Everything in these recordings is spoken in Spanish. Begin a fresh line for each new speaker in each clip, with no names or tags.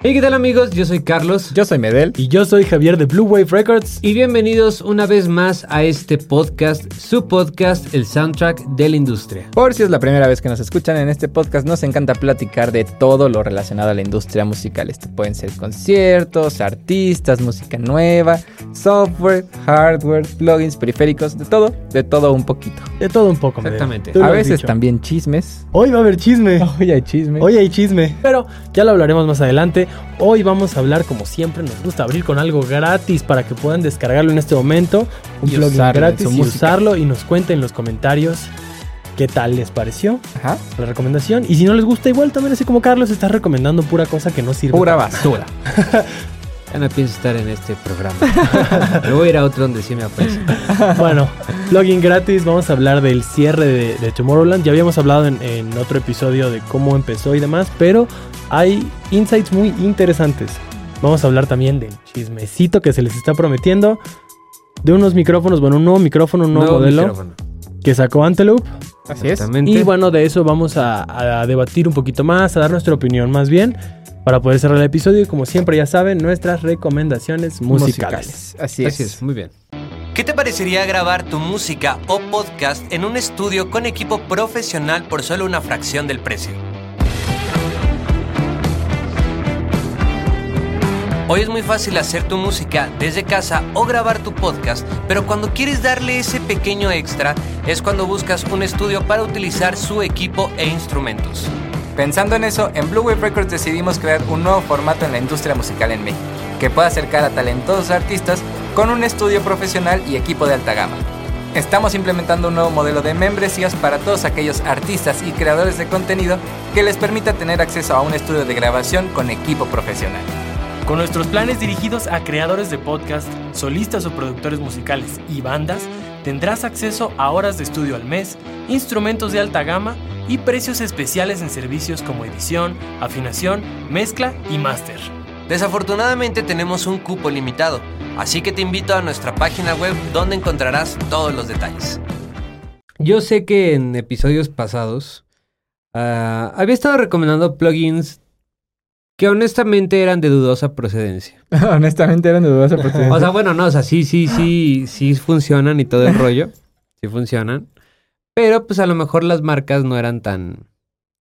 Hey, ¿qué tal amigos? Yo soy Carlos.
Yo soy Medel.
Y yo soy Javier de Blue Wave Records.
Y bienvenidos una vez más a este podcast, su podcast, el soundtrack de la industria.
Por si es la primera vez que nos escuchan en este podcast, nos encanta platicar de todo lo relacionado a la industria musical. Esto pueden ser conciertos, artistas, música nueva, software, hardware, plugins, periféricos, de todo, de todo un poquito.
De todo un poco, Medel.
Exactamente.
Tú lo
A
has
veces
dicho.
también chismes.
Hoy va a haber chisme.
Hoy hay chismes.
Hoy hay chisme. Pero ya lo hablaremos más adelante. Hoy vamos a hablar, como siempre, nos gusta abrir con algo gratis para que puedan descargarlo en este momento. Un
Y
plugin
usarlo en
gratis
su
y
música.
usarlo. Y nos cuenten en los comentarios qué tal les pareció
Ajá.
la recomendación. Y si no les gusta, igual también, así como Carlos está recomendando pura cosa que no sirve.
Pura basura.
Ya no pienso estar en este programa. Me voy a ir a otro donde sí me aparece.
Bueno, plugin gratis, vamos a hablar del cierre de, de Tomorrowland. Ya habíamos hablado en, en otro episodio de cómo empezó y demás, pero hay insights muy interesantes. Vamos a hablar también del chismecito que se les está prometiendo, de unos micrófonos, bueno, un nuevo micrófono, un nuevo, modelo
micrófono.
que sacó Antelope.
Así es.
Exactamente.
Y bueno, de eso vamos a, a debatir un poquito más, a dar nuestra opinión más bien, para poder cerrar el episodio. Y como siempre, ya saben, nuestras recomendaciones musicales.
Así,
Así
es.
es, muy bien.
¿Qué te parecería grabar tu música o podcast en un estudio con equipo profesional por solo una fracción del precio? Hoy es muy fácil hacer tu música desde casa o grabar tu podcast, pero cuando quieres darle ese pequeño extra es cuando buscas un estudio para utilizar su equipo e instrumentos.
Pensando en eso, en Blue Wave Records decidimos crear un nuevo formato en la industria musical en México, que pueda acercar a talentosos artistas con un estudio profesional y equipo de alta gama. Estamos implementando un nuevo modelo de membresías para todos aquellos artistas y creadores de contenido que les permita tener acceso a un estudio de grabación con equipo profesional.
Con nuestros planes dirigidos a creadores de podcast, solistas o productores musicales y bandas, tendrás acceso a horas de estudio al mes, instrumentos de alta gama y precios especiales en servicios como edición, afinación, mezcla y máster.
Desafortunadamente tenemos un cupo limitado, así que te invito a nuestra página web donde encontrarás todos los detalles.
Yo sé que en episodios pasados ah, había estado recomendando plugins que honestamente eran de dudosa procedencia.
Honestamente eran dudosa
O
oportunidad.
sea, bueno, no, o sea, sí, sí, sí, sí funcionan y todo el rollo. Sí funcionan. Pero pues a lo mejor las marcas no eran tan,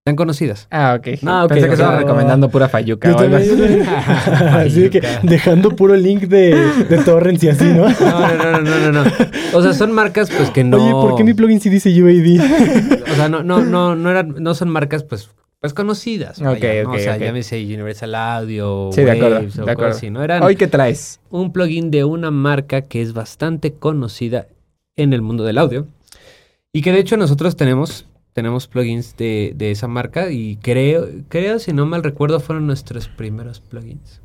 tan conocidas.
Ah, ok.
Ah, ok,
Pensé
ok.
que estaban recomendando pura fayuca
Yo
o algo
también-
así.
así de que dejando puro link de, de torrents y así, ¿no?
No, no, no, no, no, no, no. O sea, son marcas pues que no.
Oye, ¿por qué mi plugin sí dice UAD?
O sea, no, no, no, no eran, no son marcas pues, pues conocidas. vaya,
Ok,
¿no?
ok,
O sea,
ok.
llámese Universal Audio,
Sí, de acuerdo,
Waves, o
de
cosas
acuerdo.
así, ¿no? Eran
Hoy, ¿qué traes?
un plugin de una marca que es bastante conocida en el mundo del audio. Y que de hecho nosotros tenemos, tenemos plugins de, de esa marca y creo, creo, si no mal recuerdo, fueron nuestros primeros plugins.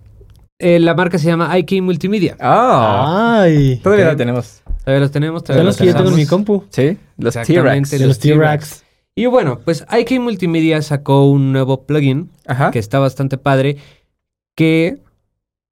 Eh, la marca se llama IK Multimedia.
Ah.
Ay.
Todavía
ok.
lo tenemos.
Todavía los tenemos,
Son
todavía
los
los
que yo tengo en mi
usamos.
compu.
Sí, los
Exactamente,
T-Rex.
De los
los
T-Rex.
Y bueno, pues IK Multimedia sacó un nuevo plugin
Ajá.
que está bastante padre, que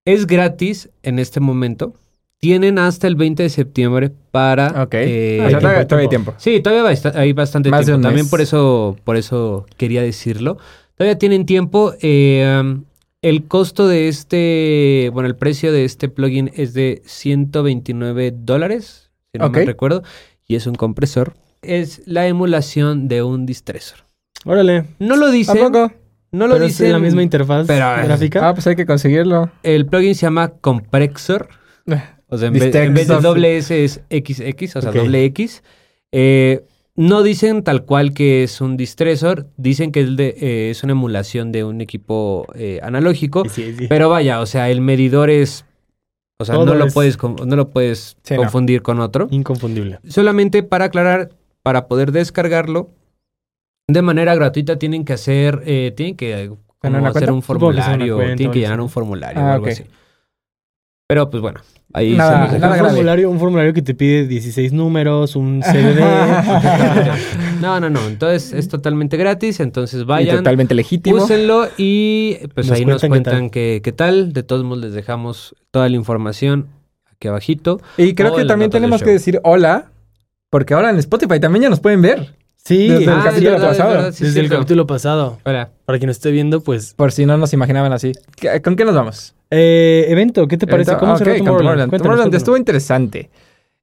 es gratis en este momento. Tienen hasta el 20 de septiembre para...
Ok.
eh,
O sea, todavía, todavía hay tiempo.
Sí, todavía va a estar- hay bastante
Más de
tiempo.
un
También
mes.
por eso, por eso quería decirlo. Todavía tienen tiempo. eh, um, el costo de este, bueno, el precio de este plugin es de 129 dólares, si no
Ok.
me recuerdo, y es un compresor. Es la emulación de un distressor.
Órale.
No lo
¿A
dice,
poco?
no lo
Pero es
dice.
la misma interfaz
pero-
gráfica.
Ah, pues hay que conseguirlo.
El plugin se llama Comprexor. O sea, en vez, en vez de
Distressor.
doble S es XX, o sea,
Ok.
doble X. Eh, no dicen tal cual que es un distressor, dicen que es, de, eh, es una emulación de un equipo eh, analógico.
Sí, sí.
Pero vaya, o sea, el medidor es. O sea,
Todo
no lo,
es-
puedes, con- no lo puedes
Sí, no.
confundir con otro.
Inconfundible.
Solamente para aclarar, para poder descargarlo de manera gratuita tienen que hacer, eh, tienen que eh, como
¿Llenar una
hacer
cuenta?
un
Supongo que sea una
formulario,
cuenta o
tienen que
algo
llenar
así.
un formulario o
Ah,
algo
ok.
así. Pero pues bueno, ahí
Nada,
se los
Ah, nada
un,
dejamos.
grave.
formulario, un formulario que te pide 16 números, un CDD.
No, no, no. Entonces es totalmente gratis, entonces
Y
vayan.
totalmente legítimo.
Úsenlo y pues
Nos
ahí nos
cuentan qué
cuentan qué, qué tal. De todos modos les dejamos toda la información aquí abajito.
Y creo
o
que
en
también
las notas del
tenemos que
show.
decir hola, porque ahora en Spotify también ya nos pueden ver.
Sí,
Desde el
ah,
capítulo
es verdad,
pasado.
es verdad, sí, Desde el capítulo pasado.
Hola.
Para quien esté viendo, pues.
Por si no nos imaginaban así. ¿Qué- ¿Con qué nos vamos?
Eh, evento, ¿qué te parece?
Ahorita-
¿Cómo
ah,
será
ok, con
Tomorrowland?
Tomorrowland.
Cuéntanos,
Tomorrowland
cuéntanos.
estuvo interesante.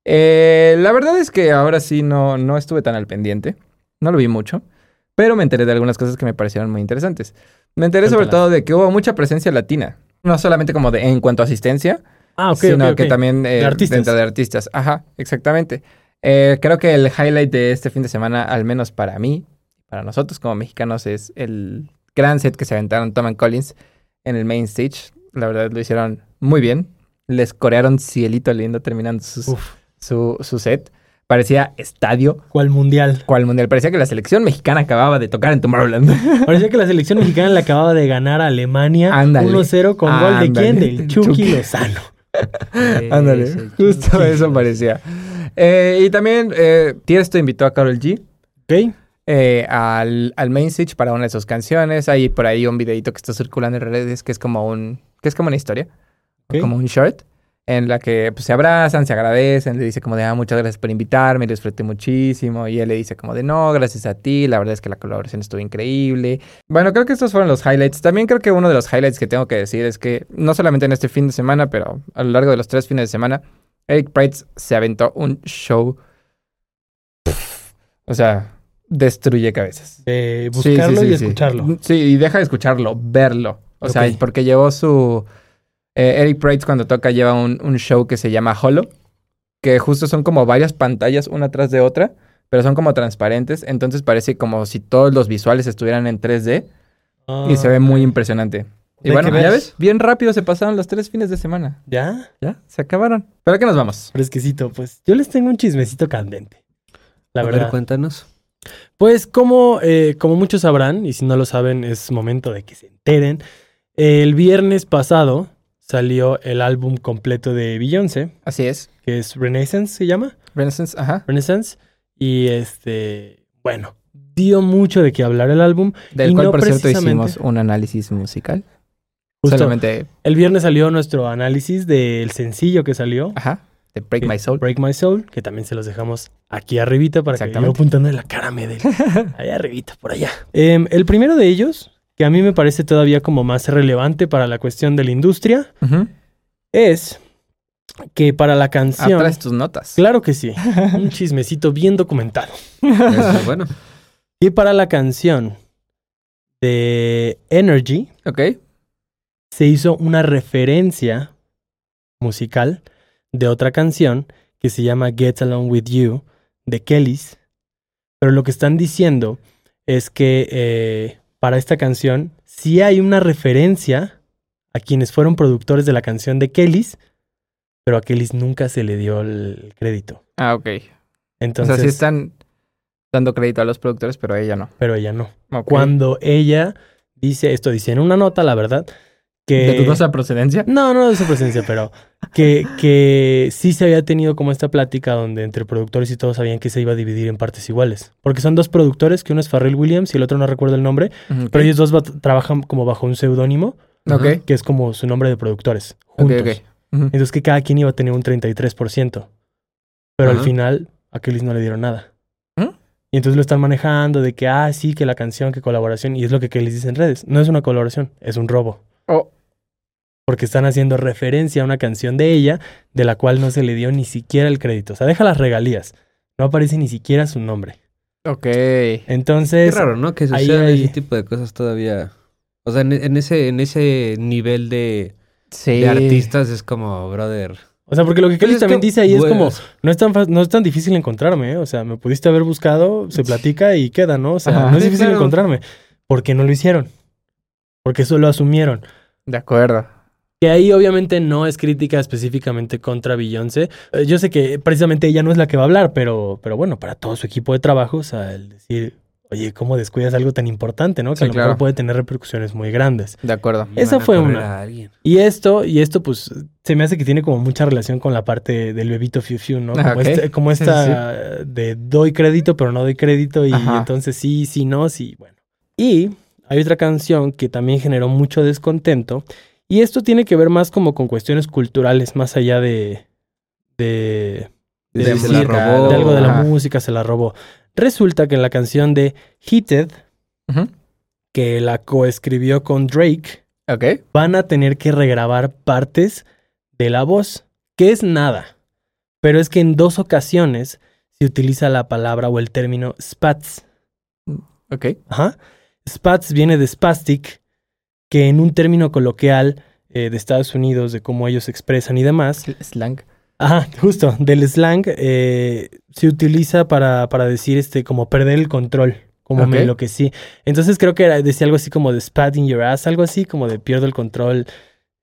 Eh, la verdad es que ahora sí no, no estuve tan al pendiente. No lo vi mucho. Pero me enteré de algunas cosas que me parecieron muy interesantes. Me enteré sobre
Cuéntala.
todo de que hubo mucha presencia latina. No solamente como de, en cuanto a asistencia,
Ah, ok,
sino
ok, ok.
que también eh,
De artistas.
dentro de artistas. Ajá, exactamente. Eh, creo que el highlight de este fin de semana, al menos para mí, para nosotros como mexicanos, es el gran set que se aventaron Tom and Collins en el main stage. La verdad lo hicieron muy bien. Les corearon cielito lindo terminando sus-
Uf.
su, su set. Parecía estadio,
¿Cuál mundial?
cual mundial. Parecía que la selección mexicana acababa de tocar en Tomorrowland.
Parecía que la selección mexicana le acababa de ganar a Alemania
Ándale.
1-0 con gol de
Ándale.
quién? Del Chucky
Chucky.
Lozano.
Ándale,
Ese
justo
Chucky.
eso parecía. Eh, y también eh, Tiesto invitó a Carol G.
¿Ok?
eh, al, al main stage para una de sus canciones. Hay por ahí un videito que está circulando en redes que es como un que es como una historia, o
Ok.
como un short en la que pues, se abrazan, se agradecen, le dice como de, ah, muchas gracias por invitarme, lo disfruté muchísimo, y él le dice como de, no, gracias a ti, la verdad es que la colaboración estuvo increíble. Bueno, creo que estos fueron los highlights. También creo que uno de los highlights que tengo que decir es que, no solamente en este fin de semana, pero a lo largo de los tres fines de semana, Eric Price se aventó un show, pff, o sea, destruye cabezas.
De
Sí, sí,
Eh, buscarlo
sí,
y
sí. Mm,
escucharlo.
Sí, y deja de escucharlo, verlo. O
Ok.
sea, porque llevó su... eh, Eric Prates cuando toca lleva un, un show que se llama Hollow, que justo son como varias pantallas una tras de otra, pero son como transparentes, entonces parece como si todos los visuales estuvieran en 3D
Ah,
y se ve muy impresionante. Y
Hay
bueno,
que ver.
ya ves, bien rápido se pasaron los tres fines de semana.
¿Ya?
Ya, se acabaron. ¿Pero a qué nos vamos?
Fresquecito, pues. Yo les tengo un chismecito candente. La
A ver,
verdad.
cuéntanos.
Pues como, eh, como muchos sabrán, y si no lo saben es momento de que se enteren, el viernes pasado salió el álbum completo de Beyoncé,
Así es.
que es Renaissance, se llama,
Renaissance, ajá.
Renaissance, y este, bueno, dio mucho de qué hablar el álbum.
Del
Y
cual,
no
por cierto,
precisamente-
hicimos un análisis musical.
Justo
Solamente,
el viernes salió nuestro análisis del sencillo que salió.
ajá, de Break
que-
My Soul.
Break My Soul, que también se los dejamos aquí arribita para que yo
Exactamente.
apuntando en la cara me den. Allá arribita, por allá. Em, el primero de ellos, que a mí me parece todavía como más relevante para la cuestión de la industria,
Ujú.
es que para la canción...
Atrás Ah, tus notas.
Claro que sí, un chismecito bien documentado.
Eso es bueno.
Y para la canción de Energy
Ok.
se hizo una referencia musical de otra canción que se llama Get Along With You de Kellys. Pero lo que están diciendo es que eh, para esta canción sí hay una referencia a quienes fueron productores de la canción de Kellys, pero a Kellys nunca se le dio el crédito.
Ah, ok. o
Entonces,
sea, sí están dando crédito a los productores, pero a ella no.
pero ella no.
Ok.
Cuando ella dice, esto dice en una nota, la verdad, que...
¿De dudosa procedencia?
No, no de su presencia, pero que, que sí se había tenido como esta plática donde entre productores y todos sabían que se iba a dividir en partes iguales. Porque son dos productores, que uno es Farrell Williams y el otro no recuerdo el nombre,
Ujú, ok.
pero ellos dos va- trabajan como bajo un seudónimo,
Ok,
que es como su nombre de productores,
ok,
juntos.
ok. Ujú.
Entonces que cada quien iba a tener un 33%. Pero al
Ajá.
final a Kelly no le dieron nada.
¿Mm?
Y entonces lo están manejando de que, ah, sí, que la canción, que colaboración. Y es lo que Kelly dice en redes. No es una colaboración, es un robo.
Oh.
Porque están haciendo referencia a una canción de ella de la cual no se le dio ni siquiera el crédito. O sea, deja las regalías. No aparece ni siquiera su nombre.
Ok.
Qué
Entonces,
raro, ¿no? Que
ahí
sucedan
hay-
ese tipo de cosas todavía. O sea, en, en ese, en ese nivel de,
Sí.
de artistas es como, brother.
o sea, porque lo que Kelly
Pues es
también
que,
dice ahí es
güey,
como,
o sea,
no es tan, fa- no es tan difícil encontrarme, ¿eh? O sea, me pudiste haber buscado, se platica y queda, ¿no? O sea,
Ajá.
no es
Sí,
difícil
claro.
encontrarme. ¿Por qué no lo hicieron? Porque eso lo asumieron.
De acuerdo.
Que ahí obviamente no es crítica específicamente contra Beyoncé. Eh, Yo sé que precisamente ella no es la que va a hablar, pero, pero bueno, para todo su equipo de trabajo, o sea, el decir, oye, ¿cómo descuidas algo tan importante, no? Que
Sí,
a lo
claro.
mejor puede tener repercusiones muy grandes.
De acuerdo.
Esa
van a
fue
correr
una.
a alguien.
Y esto, y esto, pues, se me hace que tiene como mucha relación con la parte del bebito Fiu Fiu, ¿no? Como,
Ah, ok.
este- como
Sí,
esta de doy crédito, pero no doy crédito, y
Ajá.
entonces sí, sí, no, sí, bueno. Y hay otra canción que también generó mucho descontento, y esto tiene que ver más como con cuestiones culturales, más allá de. de.
Sí, se
De
la
decir,
música,
robó.
de algo de la
Ajá.
música se la robó. Resulta que en la canción de Heated,
Ujú.
que la coescribió con Drake,
Ok.
van a tener que regrabar partes de la voz, que es nada. Pero es que en dos ocasiones se utiliza la palabra o el término spats.
Ok.
Ajá. Spats viene de spastic, que en un término coloquial eh, de Estados Unidos, de cómo ellos se expresan y demás,
Sl- Slang.
Ajá, justo, del slang eh, se utiliza para, para decir este como perder el control, como
Ok.
me enloquecí. Entonces creo que era, decía algo así como de spat in your ass, algo así como de pierdo el control,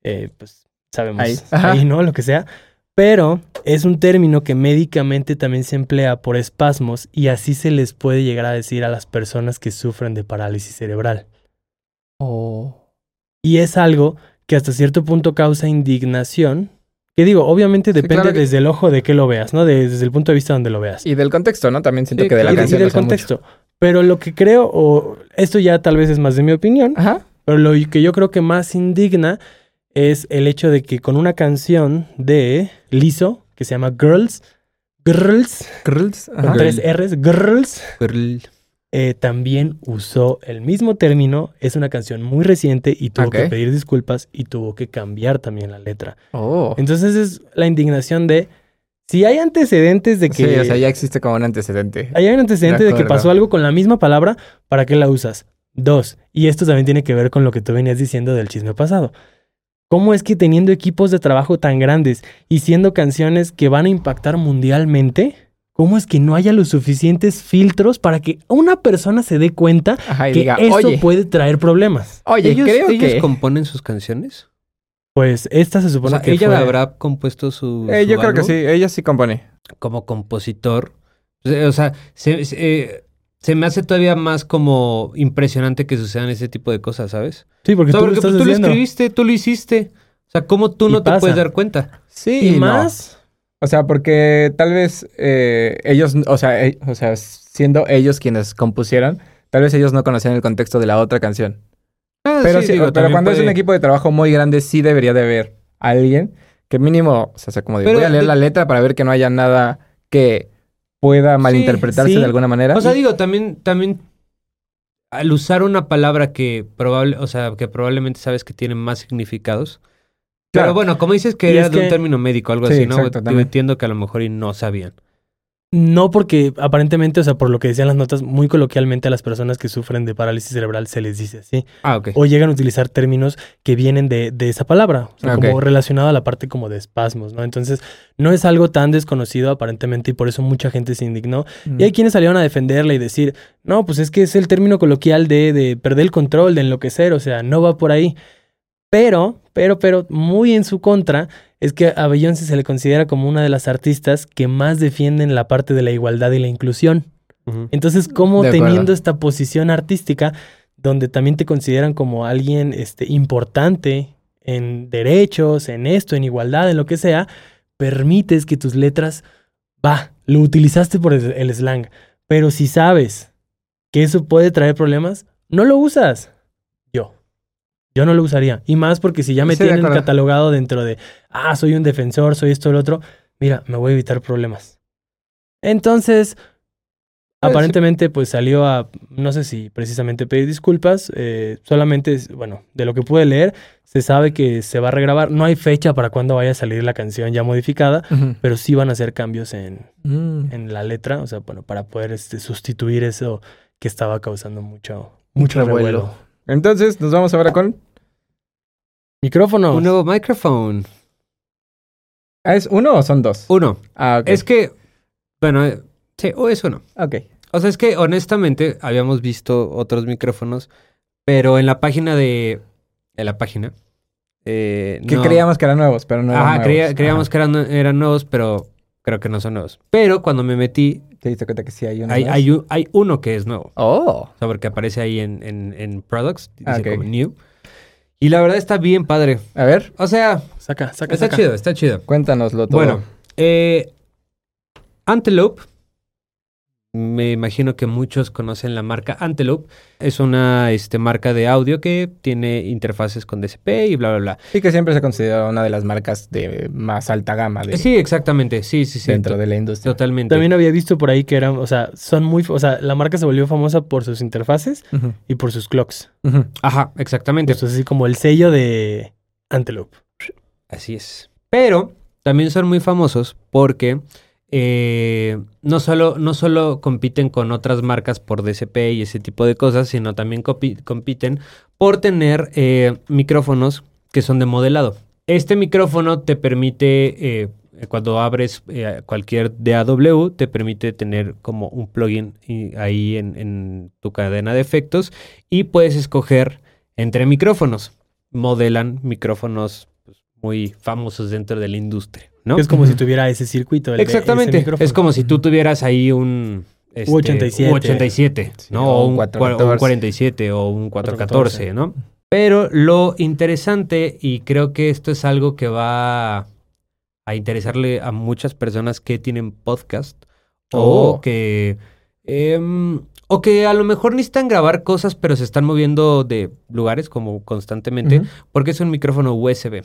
eh, pues sabemos,
Ahí,
ahí.
ajá.
¿no? Lo que sea. Pero es un término que médicamente también se emplea por espasmos y así se les puede llegar a decir a las personas que sufren de parálisis cerebral.
Oh.
Y es algo que hasta cierto punto causa indignación. Que digo, obviamente depende
claro que-
desde el ojo de que lo veas, ¿no? De- desde el punto de vista donde lo veas.
Y del contexto, ¿no? También siento
Sí,
que de la
claro.
Y de- y
canción.
del
no sé mucho.
contexto. Pero lo que creo, o esto ya tal vez es más de mi opinión,
Ajá.
pero lo que yo creo que más indigna es el hecho de que con una canción de Liso, que se llama Girls, Girls,
Grrls.
con
Ajá.
Girl.
tres R's, Girls,
Girl.
eh, también usó el mismo término. Es una canción muy reciente y tuvo
Ok.
que pedir disculpas y tuvo que cambiar también la letra.
Oh.
Entonces es la indignación de si hay antecedentes de que
Sí, o sea, ya existe como un antecedente.
hay un antecedente
De
de que
acuerdo.
pasó algo con la misma palabra, ¿para qué la usas? Dos, y esto también tiene que ver con lo que tú venías diciendo del chisme pasado. ¿Cómo es que teniendo equipos de trabajo tan grandes y siendo canciones que van a impactar mundialmente, cómo es que no haya los suficientes filtros para que una persona se dé cuenta
Ajá, y
que
diga,
eso
oye,
puede traer problemas?
oye,
¿Ellos,
creo
ellos
que...
componen sus canciones?
Pues esta se
O
supone
sea,
que
ella
fue-
habrá compuesto su...
Eh,
su
yo creo que
álbum
sí, ella sí compone.
Como compositor. O sea, o sea, se, se- eh, se me hace todavía más como impresionante que sucedan ese tipo de cosas, ¿sabes?
Sí, porque
O sea,
tú lo
porque pues,
estás
tú lo
diciendo.
escribiste, tú lo hiciste. O sea, ¿cómo tú
Y
no te
pasa.
puedes dar cuenta?
Sí,
y
no.
más,
O sea, porque tal vez eh, ellos, o sea, eh, o sea, siendo ellos quienes compusieron, tal vez ellos no conocían el contexto de la otra canción.
Ah,
Pero,
sí,
sí,
digo,
pero
también
cuando es un
puede-
equipo de trabajo muy grande, sí debería de haber alguien que mínimo, o sea, sea, como de,
Pero
voy a leer
de-
la letra para ver que no haya nada que pueda malinterpretarse
sí.
de alguna manera.
O sea, digo, también, también al usar una palabra que probable, o sea, que probablemente sabes que tiene más significados.
Claro.
Pero bueno, como dices
Y
que era
es
de un
que-
término médico, algo
Sí,
así, ¿no?
exacto,
Yo
también.
entiendo que a lo mejor y no sabían.
No, porque aparentemente, o sea, por lo que decían las notas, muy coloquialmente a las personas que sufren de parálisis cerebral se les dice así.
Ah, ok.
O llegan a utilizar términos que vienen de, de esa palabra, o sea,
Ok.
como relacionado a la parte como de espasmos, ¿no? Entonces, no es algo tan desconocido aparentemente y por eso mucha gente se indignó.
Mm.
Y hay quienes salieron a defenderla y decir, no, pues es que es el término coloquial de, de perder el control, de enloquecer, o sea, no va por ahí. Pero, pero, pero, muy en su contra, es que a Beyoncé se le considera como una de las artistas que más defienden la parte de la igualdad y la inclusión.
Ujú.
Entonces, ¿cómo
De acuerdo.
teniendo esta posición artística, donde también te consideran como alguien este, importante en derechos, en esto, en igualdad, en lo que sea, permites que tus letras, va, lo utilizaste por el, el slang, pero si sabes que eso puede traer problemas, no lo usas. Yo. Yo no lo usaría. Y más porque si ya me
Sí, de
tienen
acuerdo.
catalogado dentro de, ah, soy un defensor, soy esto, lo otro, mira, me voy a evitar problemas. Entonces,
Pues,
aparentemente, pues salió a, no sé si precisamente pedir disculpas, eh, solamente, es- bueno, de lo que pude leer, se sabe que se va a regrabar, no hay fecha para cuándo vaya a salir la canción ya modificada,
Ujú.
pero sí van a hacer cambios en,
Mm.
en la letra, o sea, bueno, para poder este, sustituir eso que estaba causando mucho, mucho
revuelo.
revuelo.
Entonces, nos vamos ahora con...
Micrófono.
Un nuevo microphone.
¿Ah, ¿Es uno o son dos?
Uno.
Ah, ok.
Uh, Es que, bueno, eh, sí, o es uno.
Ok.
O sea, es que honestamente habíamos visto otros micrófonos, pero en la página de... En la página. eh,
Que
no-
creíamos que eran nuevos, pero no eran
Ajá,
nuevos.
creía- creíamos
Ajá.
que eran, eran nuevos, pero creo que no son nuevos. Pero cuando me metí,
Te diste cuenta que sí hay uno
hay,
más?
hay, un- hay uno que es nuevo.
Oh.
O sea, porque aparece ahí en, en, en Products, dice
Ah, ok.
como New. Y la verdad está bien padre.
A ver,
O sea,
Saca, saca,
está
saca.
chido, está chido.
cuéntanoslo todo.
Bueno, eh, Antelope, Me imagino que muchos conocen la marca Antelope. Es una este, marca de audio que tiene interfaces con DSP y bla, bla, bla.
Y que siempre se ha considerado una de las marcas de más alta gama de,
Sí, exactamente. Sí, sí, sí.
dentro de la industria.
Totalmente.
También había visto por ahí que eran, o sea, son muy, o sea, la marca se volvió famosa por sus interfaces
Ujú,
y por sus clocks.
ujú.
Ajá, exactamente.
Entonces, así como el sello de Antelope.
Así es. Pero también son muy famosos porque eh, no, solo, no solo compiten con otras marcas por DCP y ese tipo de cosas, sino también copi- compiten por tener eh, micrófonos que son de modelado. Este micrófono te permite, eh, cuando abres eh, cualquier DAW, te permite tener como un plugin y- ahí en- en tu cadena de efectos y puedes escoger entre micrófonos. Modelan micrófonos pues, muy famosos dentro de la industria, ¿no?
que Es como si tuviera ese circuito. el de- ese
Exactamente.
micrófono.
Es como si tú tuvieras ahí un... este,
U87.
un 87,
Sí,
¿no?
o
O
un
un, cua- o un
414.
47 o un 414, ¿no? Pero lo interesante, y creo que esto es algo que va a interesarle a muchas personas que tienen podcast
Oh.
o que... em, o que a lo mejor necesitan grabar cosas, pero se están moviendo de lugares como constantemente,
Ujú.
porque es un micrófono USB.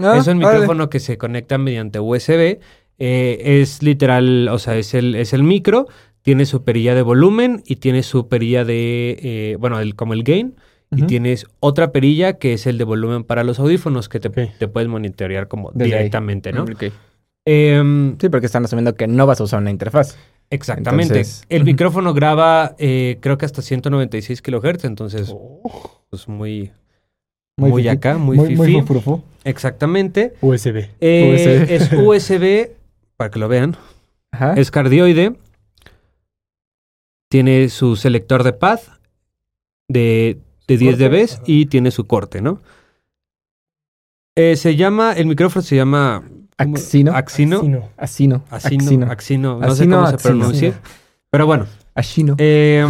Ah,
es un
órale.
micrófono que se conecta mediante USB. eh, es literal, o sea, es el, es el micro, tiene su perilla de volumen y tiene su perilla de, eh, bueno, el, como el gain. Y
Ujú.
tienes otra perilla que es el de volumen para los audífonos que te,
Ok.
te puedes monitorear como
Desde ahí.
directamente, ¿no?
Ok.
Em,
Sí, porque están asumiendo que no vas a usar una interfaz.
exactamente.
Entonces-
el micrófono graba, eh, creo que hasta 196 kilohertz, entonces,
Oh.
Oh,
pues muy, muy,
fifí.
acá, muy,
Muy, muy
fifí.
fufurufú.
Exactamente.
USB.
Eh,
USB.
Es USB, para que lo vean.
Ajá.
Es cardioide. Tiene su selector de pad de, de 10
corte,
dBs y tiene su corte, ¿no? Eh, se llama, el micrófono se llama ¿cómo?
Axino.
Axino.
Sí, no.
Axino.
Axino. Axino, No sé
Axino,
cómo se
Axino.
pronuncia. Pero bueno.
Axino.
eh,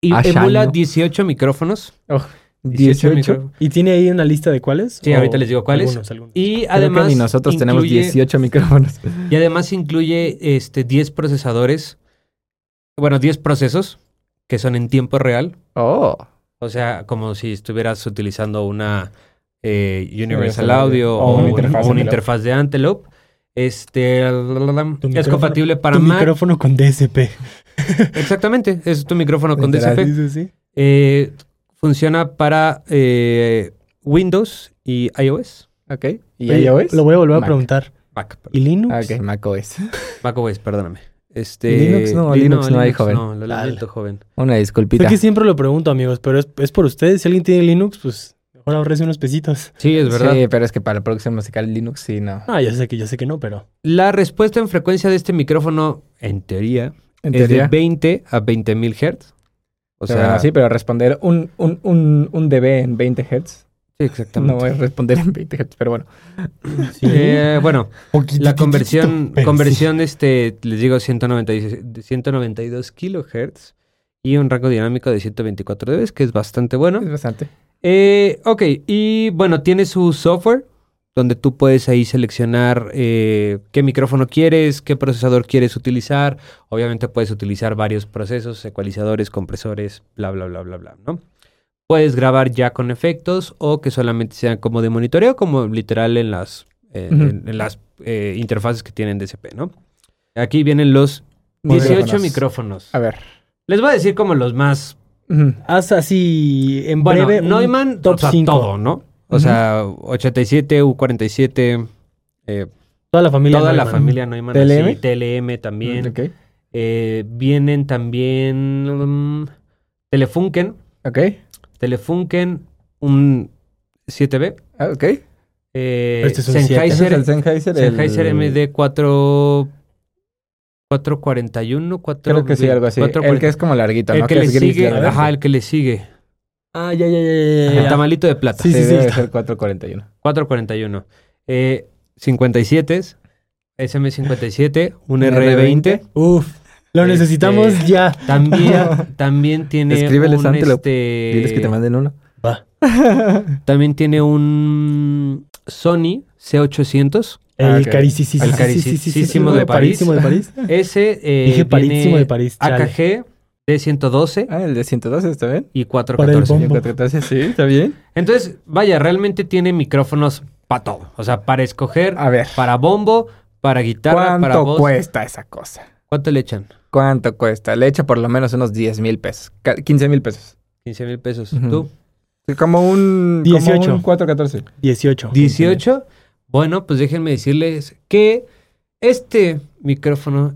y
Ashano.
emula 18 micrófonos.
18.
micro-
¿Y tiene ahí una lista de cuáles?
Sí,
¿O
ahorita les digo cuáles.
Algunos, algunos.
Y
Creo
además.
que ni nosotros tenemos
incluye-
18 micrófonos.
Y además incluye este, 10 procesadores, bueno, 10 procesos que son en tiempo real,
Oh.
o sea, como si estuvieras utilizando una eh, Universal
Universal Audio.
Audio
O
o
una
un- o una
interfaz
interfaz,
Antelope.
de Antelope. Este, es
micrófono-
compatible para
tu
Mac.
micrófono con DSP.
Exactamente, es tu micrófono con
Literal.
DCP.
Sí, sí, sí.
Eh, funciona para eh, Windows y iOS.
Ok. ¿Y
Oye,
iOS?
Lo voy a volver
Mac.
a preguntar.
Mac, perdón.
¿Y Linux?
Ah, Ok, macOS.
macOS, perdóname. Este,
Linux no,
Lin-
Linux no hay, joven.
No, lo lamento, joven.
Una
Es
disculpita.
que siempre lo pregunto, amigos, pero es, es por ustedes. Si alguien tiene Linux, pues mejor ahorrese unos pesitos.
Sí, es verdad.
Sí, pero es que para el próximo musical Linux sí, no.
Ah, yo sé que yo sé que no, pero
La respuesta en frecuencia de este micrófono, en teoría,
En
es
teoría.
de 20 a 20.000 Hz. O
O sea,
sea,
sí, pero responder un, un, un, un dB en 20 Hz
sí, exactamente.
no es responder en 20 Hz, pero bueno.
sí.
Eh, bueno, la conversión,
pero sí.
conversión este, les digo, 196 192 kilohertz y un rango dinámico de 124 dB, que es bastante bueno.
Es bastante.
Eh, ok, y bueno, tiene su software donde tú puedes ahí seleccionar eh, qué micrófono quieres, qué procesador quieres utilizar. Obviamente puedes utilizar varios procesos, ecualizadores, compresores, bla, bla, bla, bla, bla, ¿no? Puedes grabar ya con efectos o que solamente sean como de monitoreo, como literal en las, eh,
Ujú.
en, en las eh, interfaces que tienen DSP, ¿no? Aquí vienen los 18
Micrófonos.
micrófonos.
A ver.
Les voy a decir como los más
Ujú.
haz así en
bueno,
breve. un
Neumann,
top
o sea,
5.
todo, ¿no? O sea, 87, U47, eh,
Toda la familia.
toda la
Neumann.
familia Neumann.
TLM.
así, TLM también.
Mm, Ok.
Eh, vienen también mm, Telefunken.
Ok.
Telefunken, un 7B.
Ah, ok.
Eh,
Este es un
Ese
Sennheiser,
es el Sennheiser. el-
Sennheiser MD4... 441, 4,
Creo que sí, algo así. El que es como larguito,
el
¿no?
que le
es gris,
sigue,
largo.
ajá, el que le sigue.
Ah, ya, ya, ya, ya,
El
ya.
tamalito de plata.
Sí, sí, sí.
debe ser 441.
441. Eh, 57, SM57, un
Un
R20.
Uf, lo
Este-
necesitamos ya.
También, también tiene
Escríbeles,
un
Antelope.
este,
Diles que te manden uno.
Va.
También tiene un Sony C800
El
Ah, ok.
caricisísimo.
El caricisísimo de París.
Parísimo de París.
Ese eh,
Dije parísimo
viene
de París, chale.
AKG de 112
Ah, el de 112, ¿está bien?
y
Para el
414.
bombo.
114, sí, ¿está bien?
Entonces, vaya, realmente tiene micrófonos para todo. O sea, para escoger,
A ver,
para bombo, para guitarra, para
¿cuánto
voz.
cuesta esa cosa?
¿Cuánto le echan?
¿Cuánto cuesta? Le echo por lo menos unos 10 mil pesos, ca- 15 mil pesos.
15 mil pesos.
Ujú.
¿Tú?
Como un...
18.
Como un 414.
18.
18. Bueno, pues déjenme decirles que este micrófono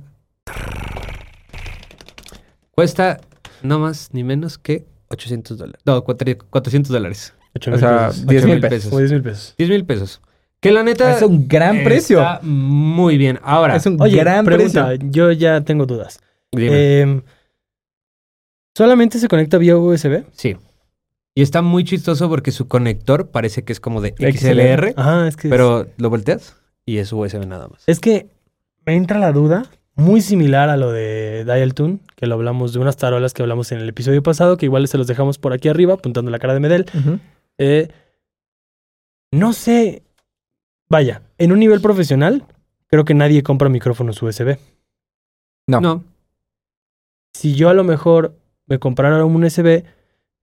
cuesta no más ni menos que 800 dólares. No, cuatro- 400 dólares.
Ocho
O
mil
sea,
pesos.
10 mil
8,000
pesos.
Como 10 mil pesos.
10 mil pesos. Que la neta.
Es un gran
está
precio.
Muy bien. Ahora,
Es un eh,
Oye,
gran
pregunta,
precio.
yo ya tengo dudas.
dime.
Em, ¿Solamente se conecta vía USB?
sí. Y está muy chistoso porque su conector parece que es como de XLR,
XLR.
Ajá, Ah, es que...
pero lo volteas y es USB nada más.
Es que me entra la duda, muy similar a lo de Dial Tune, que lo hablamos de unas tarolas que hablamos en el episodio pasado, que igual se los dejamos por aquí arriba, apuntando la cara de Medel.
Ujú.
Eh, no sé. Vaya, en un nivel profesional, creo que nadie compra micrófonos USB.
No.
No,
Si yo a lo mejor me comprara un USB,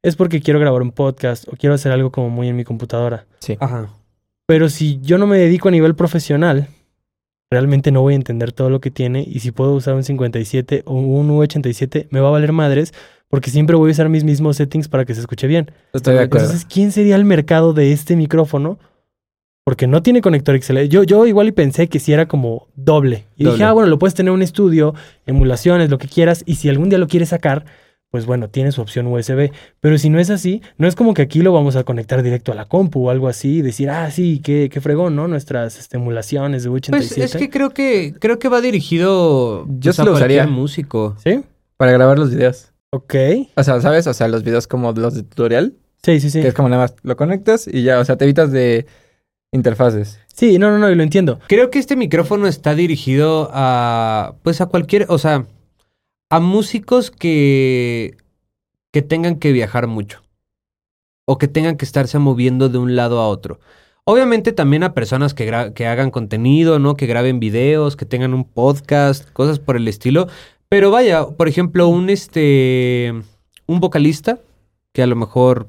es porque quiero grabar un podcast o quiero hacer algo como muy en mi computadora.
ajá.
Pero si yo no me dedico a nivel profesional, realmente no voy a entender todo lo que tiene. Y si puedo usar un 57 o un U87, me va a valer madres porque siempre voy a usar mis mismos settings para que se escuche bien.
Estoy de acuerdo.
Entonces, ¿quién sería el mercado de este micrófono? Porque no tiene conector XLR. Yo, yo igual y pensé que si era como doble. Y dije,
Doble.
ah, bueno, lo puedes tener en un estudio, emulaciones, lo que quieras. Y si algún día lo quieres sacar, pues bueno, tiene su opción USB. Pero si no es así, no es como que aquí lo vamos a conectar directo a la compu o algo así. Y decir, ah, sí, qué, qué fregón, ¿no? Nuestras este, emulaciones de U87.
Pues es que creo que creo que va dirigido pues,
Yo sí lo
cualquier
usaría.
músico.
¿Sí?
Para grabar los videos.
Ok.
O sea, ¿sabes? O sea, los videos como los de tutorial,
Sí, sí, sí.
que es como nada más lo conectas y ya, o sea, te evitas de interfaces.
Sí, no, no, no, y lo entiendo.
Creo que este micrófono está dirigido a pues a cualquier, o sea, a músicos que que tengan que viajar mucho o que tengan que estarse moviendo de un lado a otro. Obviamente también a personas que, gra- que hagan contenido, ¿no? Que graben videos, que tengan un podcast, cosas por el estilo. Pero vaya, por ejemplo, un este un vocalista que a lo mejor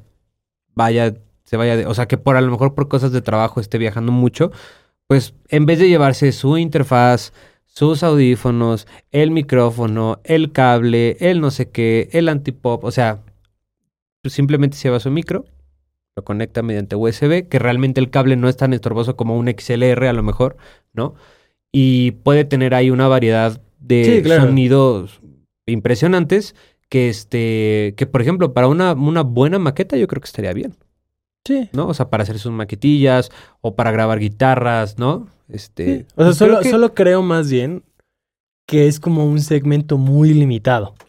vaya, se vaya de, o sea que por a lo mejor por cosas de trabajo esté viajando mucho, pues en vez de llevarse su interfaz, sus audífonos, el micrófono, el cable, el no sé qué, el antipop, o sea, pues simplemente se lleva su micro, lo conecta mediante USB, que realmente el cable no es tan estorboso como un XLR a lo mejor, ¿no? Y puede tener ahí una variedad de
Sí, claro.
sonidos impresionantes que este que por ejemplo para una, una buena maqueta yo creo que estaría bien.
Sí.
¿no? O sea, para hacer sus maquetillas o para grabar guitarras, ¿no? Este,
O
pues
sea,
creo
solo,
que-
solo creo más bien que es como un segmento muy limitado.
Sí,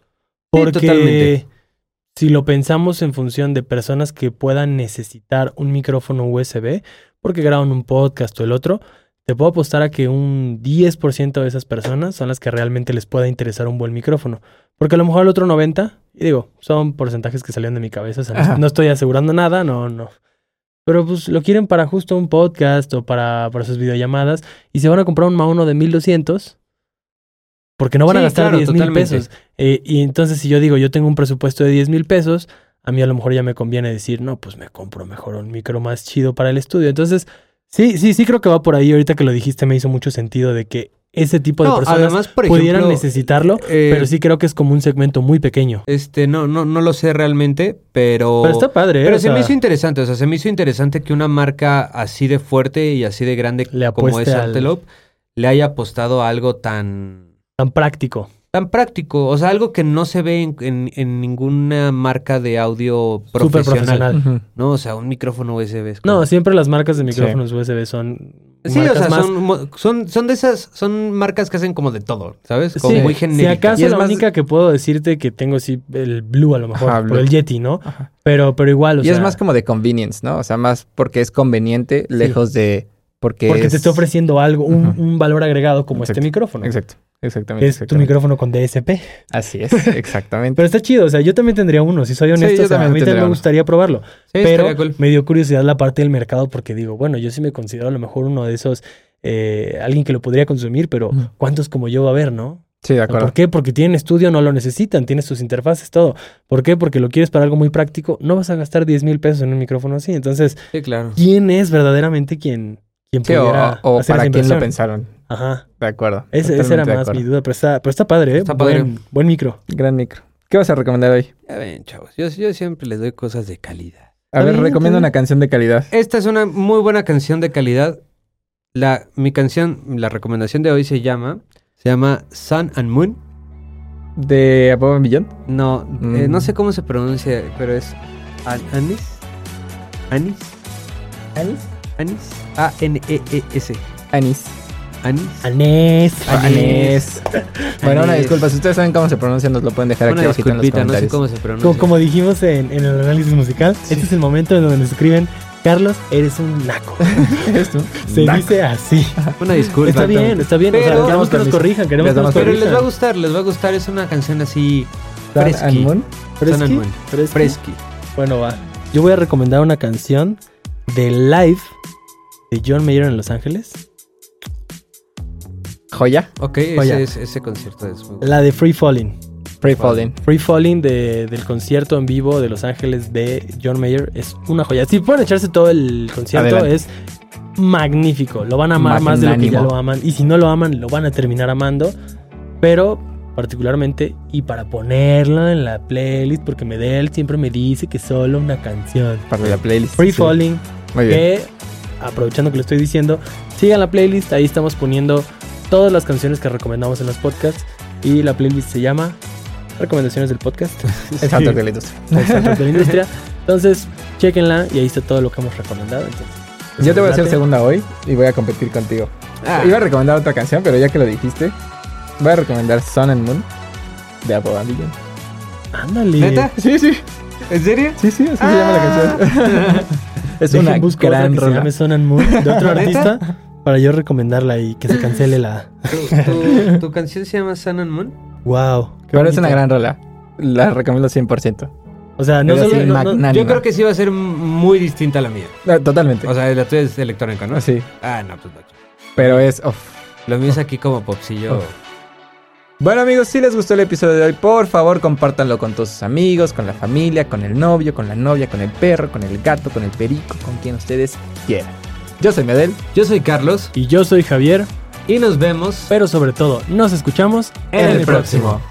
Porque
totalmente.
si lo pensamos en función de personas que puedan necesitar un micrófono USB, porque graban un podcast o el otro, te puedo apostar a que un 10% de esas personas son las que realmente les pueda interesar un buen micrófono. Porque a lo mejor el otro 90, y digo, son porcentajes que salieron de mi cabeza, o sea, no-
Ajá.
no estoy asegurando nada, no, no. Pero pues lo quieren para justo un podcast o para, para sus videollamadas y se van a comprar un Mauno de 1200 porque no van a
Sí,
gastar
claro,
10 mil
totalmente.
pesos. Eh, y entonces si yo digo, yo tengo un presupuesto de 10 mil pesos, a mí a lo mejor ya me conviene decir, no, pues me compro mejor un micro más chido para el estudio. Entonces, sí, sí, sí creo que va por ahí. Ahorita que lo dijiste me hizo mucho sentido de que ese tipo de
No,
personas
además, por
pudieran
ejemplo,
necesitarlo,
eh,
pero sí creo que es como un segmento muy pequeño.
Este, no, no, no lo sé realmente, pero.
Pero está padre, ¿eh?
Pero
O
se me
sea,
hizo interesante, o sea, se me hizo interesante que una marca así de fuerte y así de grande
Le
como
apueste
es
al-
Antelope le haya apostado a algo tan.
tan práctico.
tan práctico, o sea, algo que no se ve en, en- en ninguna marca de audio
Súper
profesional,
profesional.
Ujú.
¿no? O sea, un micrófono USB. es como-
No, siempre las marcas de micrófonos USB son.
Sí, o
marcas
sea,
más-
son, mo- son, son de esas, son marcas que hacen como de todo, ¿sabes? Como
Sí,
muy genéricas.
Si acaso
Y es
la
más-
única que puedo decirte que tengo sí el Blue a lo mejor,
Ajá,
por
Blue.
el Yeti, ¿no?
Ajá.
Pero, pero igual, o
Y
sea,
es más como de convenience, ¿no? O sea, más porque es conveniente, lejos de porque
porque
es-
te está ofreciendo algo, un,
Ujú.
un valor agregado como
Exacto,
este micrófono.
Exacto, exactamente.
Que es tu
exactamente.
micrófono con DSP.
Así es, exactamente.
Pero está chido, o sea, yo también tendría uno, si soy honesto,
yo
o sea, a
también
mí
tendría
también me
uno.
gustaría probarlo.
Sí,
pero
estaría cool.
me dio curiosidad la parte del mercado porque digo, bueno, yo sí me considero a lo mejor uno de esos eh, alguien que lo podría consumir, pero
Mm.
¿cuántos como yo va a haber, no?
Sí, de
¿Por qué? Porque tienen estudio, no lo necesitan, tienes sus interfaces, todo. ¿Por qué? Porque lo quieres para algo muy práctico, no vas a gastar 10 mil pesos en un micrófono así. Entonces,
Sí, claro.
¿quién es verdaderamente quien, quien
Sí, o,
pudiera
o
hacer
para
esa
quién lo
inversión?
pensaron.
Ajá.
De acuerdo.
Ese- Esa era
totalmente de
más
acuerdo.
mi duda, pero está, pero está padre, ¿eh?
Está padre.
Buen, buen micro.
Gran micro. ¿Qué vas a recomendar hoy?
Ya ven, chavos. Yo, yo siempre les doy cosas de calidad.
A ver,
bien,
recomienda
está
una canción de calidad.
Esta es una muy buena canción de calidad. La, mi canción, la recomendación de hoy se llama, se llama Sun and Moon.
¿De Above and Beyond?
No, eh,
Mm.
no sé cómo se pronuncia, pero es An- Anis. Anis.
Anis.
Anis. A-N-E-E-S.
Anis.
E Anis.
Anés.
Anis. Bueno, una
Anis.
disculpa. Si ustedes saben cómo se pronuncia, nos lo pueden dejar
Una
aquí abajito en los
disculpita, no sé
comentarios.
cómo se pronuncia.
Como, como dijimos en, en el análisis musical, este es el momento en donde nos escriben, Carlos, eres un naco.
¿Es tú?
Se
Nah.
dice así.
Una disculpa.
Está bien, está bien. o sea,
Pero-
queremos que nos corrijan, queremos
Pues Les
que
damos
nos
Pero les va a
corrijan.
gustar, les va a gustar. Es una canción así
Sun and
fresqui.
Moon.
Sun and Moon.
¿Fresqui?
Fresqui.
Bueno, va. Yo voy a recomendar una canción de Live de John Mayer en Los Ángeles.
Joya.
Ok,
Vaya.
ese, es- ese concierto es muy bueno.
La de Free Falling.
Free Falling.
Free Falling de- del concierto en vivo de Los Ángeles de John Mayer es una joya. Si pueden echarse todo el concierto,
Adelante.
es magnífico. Lo van a amar más de lo que ya
Magnánimo.
lo aman. Y si no lo aman, lo van a terminar amando. Pero particularmente, y para ponerlo en la playlist, porque Medel siempre me dice que solo una canción.
Para la playlist.
Free
Sí.
Falling Eh,
Muy bien.
que, aprovechando que lo estoy diciendo, sigan la playlist. Ahí estamos poniendo todas las canciones que recomendamos en los podcasts. Y la playlist se llama Recomendaciones del Podcast.
El soundtrack de la industria.
El soundtrack de la industria. Entonces, chequenla y ahí está todo lo que hemos recomendado. Entonces,
Yo te voy a hacer
late.
segunda hoy y voy a competir contigo.
Ah,
Iba a recomendar otra canción, pero ya que lo dijiste, voy a recomendar Sun and Moon de Above and Beyond.
Ándale.
¿Neta?
Sí, sí.
¿En serio?
Sí, sí, así se llama la canción. es
Dejen,
una
busco otra
gran
que se
rola.
llame Son and Moon, de otro artista para yo recomendarla y que se cancele la.
¿Tu, tu, tu canción se llama Sun and Moon?
Wow.
Pero es una gran rola. La recomiendo 100%.
O sea, no
Pero
solo.
sí,
no- no-
magnánima.
Yo creo que sí va a ser muy distinta a la mía.
No, Ah, totalmente.
O sea, la tuya es electrónica, ¿no?
sí,
Ah, no, pues no.
pero es... uf.
Lo mío es aquí como popsillo.
Bueno amigos, si les gustó el episodio de hoy, por favor compártanlo con todos sus amigos, con la familia, con el novio, con la novia, con el perro, con el gato, con el perico, con quien ustedes quieran. Yo soy Medel.
Yo soy Carlos
y yo soy Javier,
y nos vemos
pero sobre todo, nos escuchamos
en el próximo.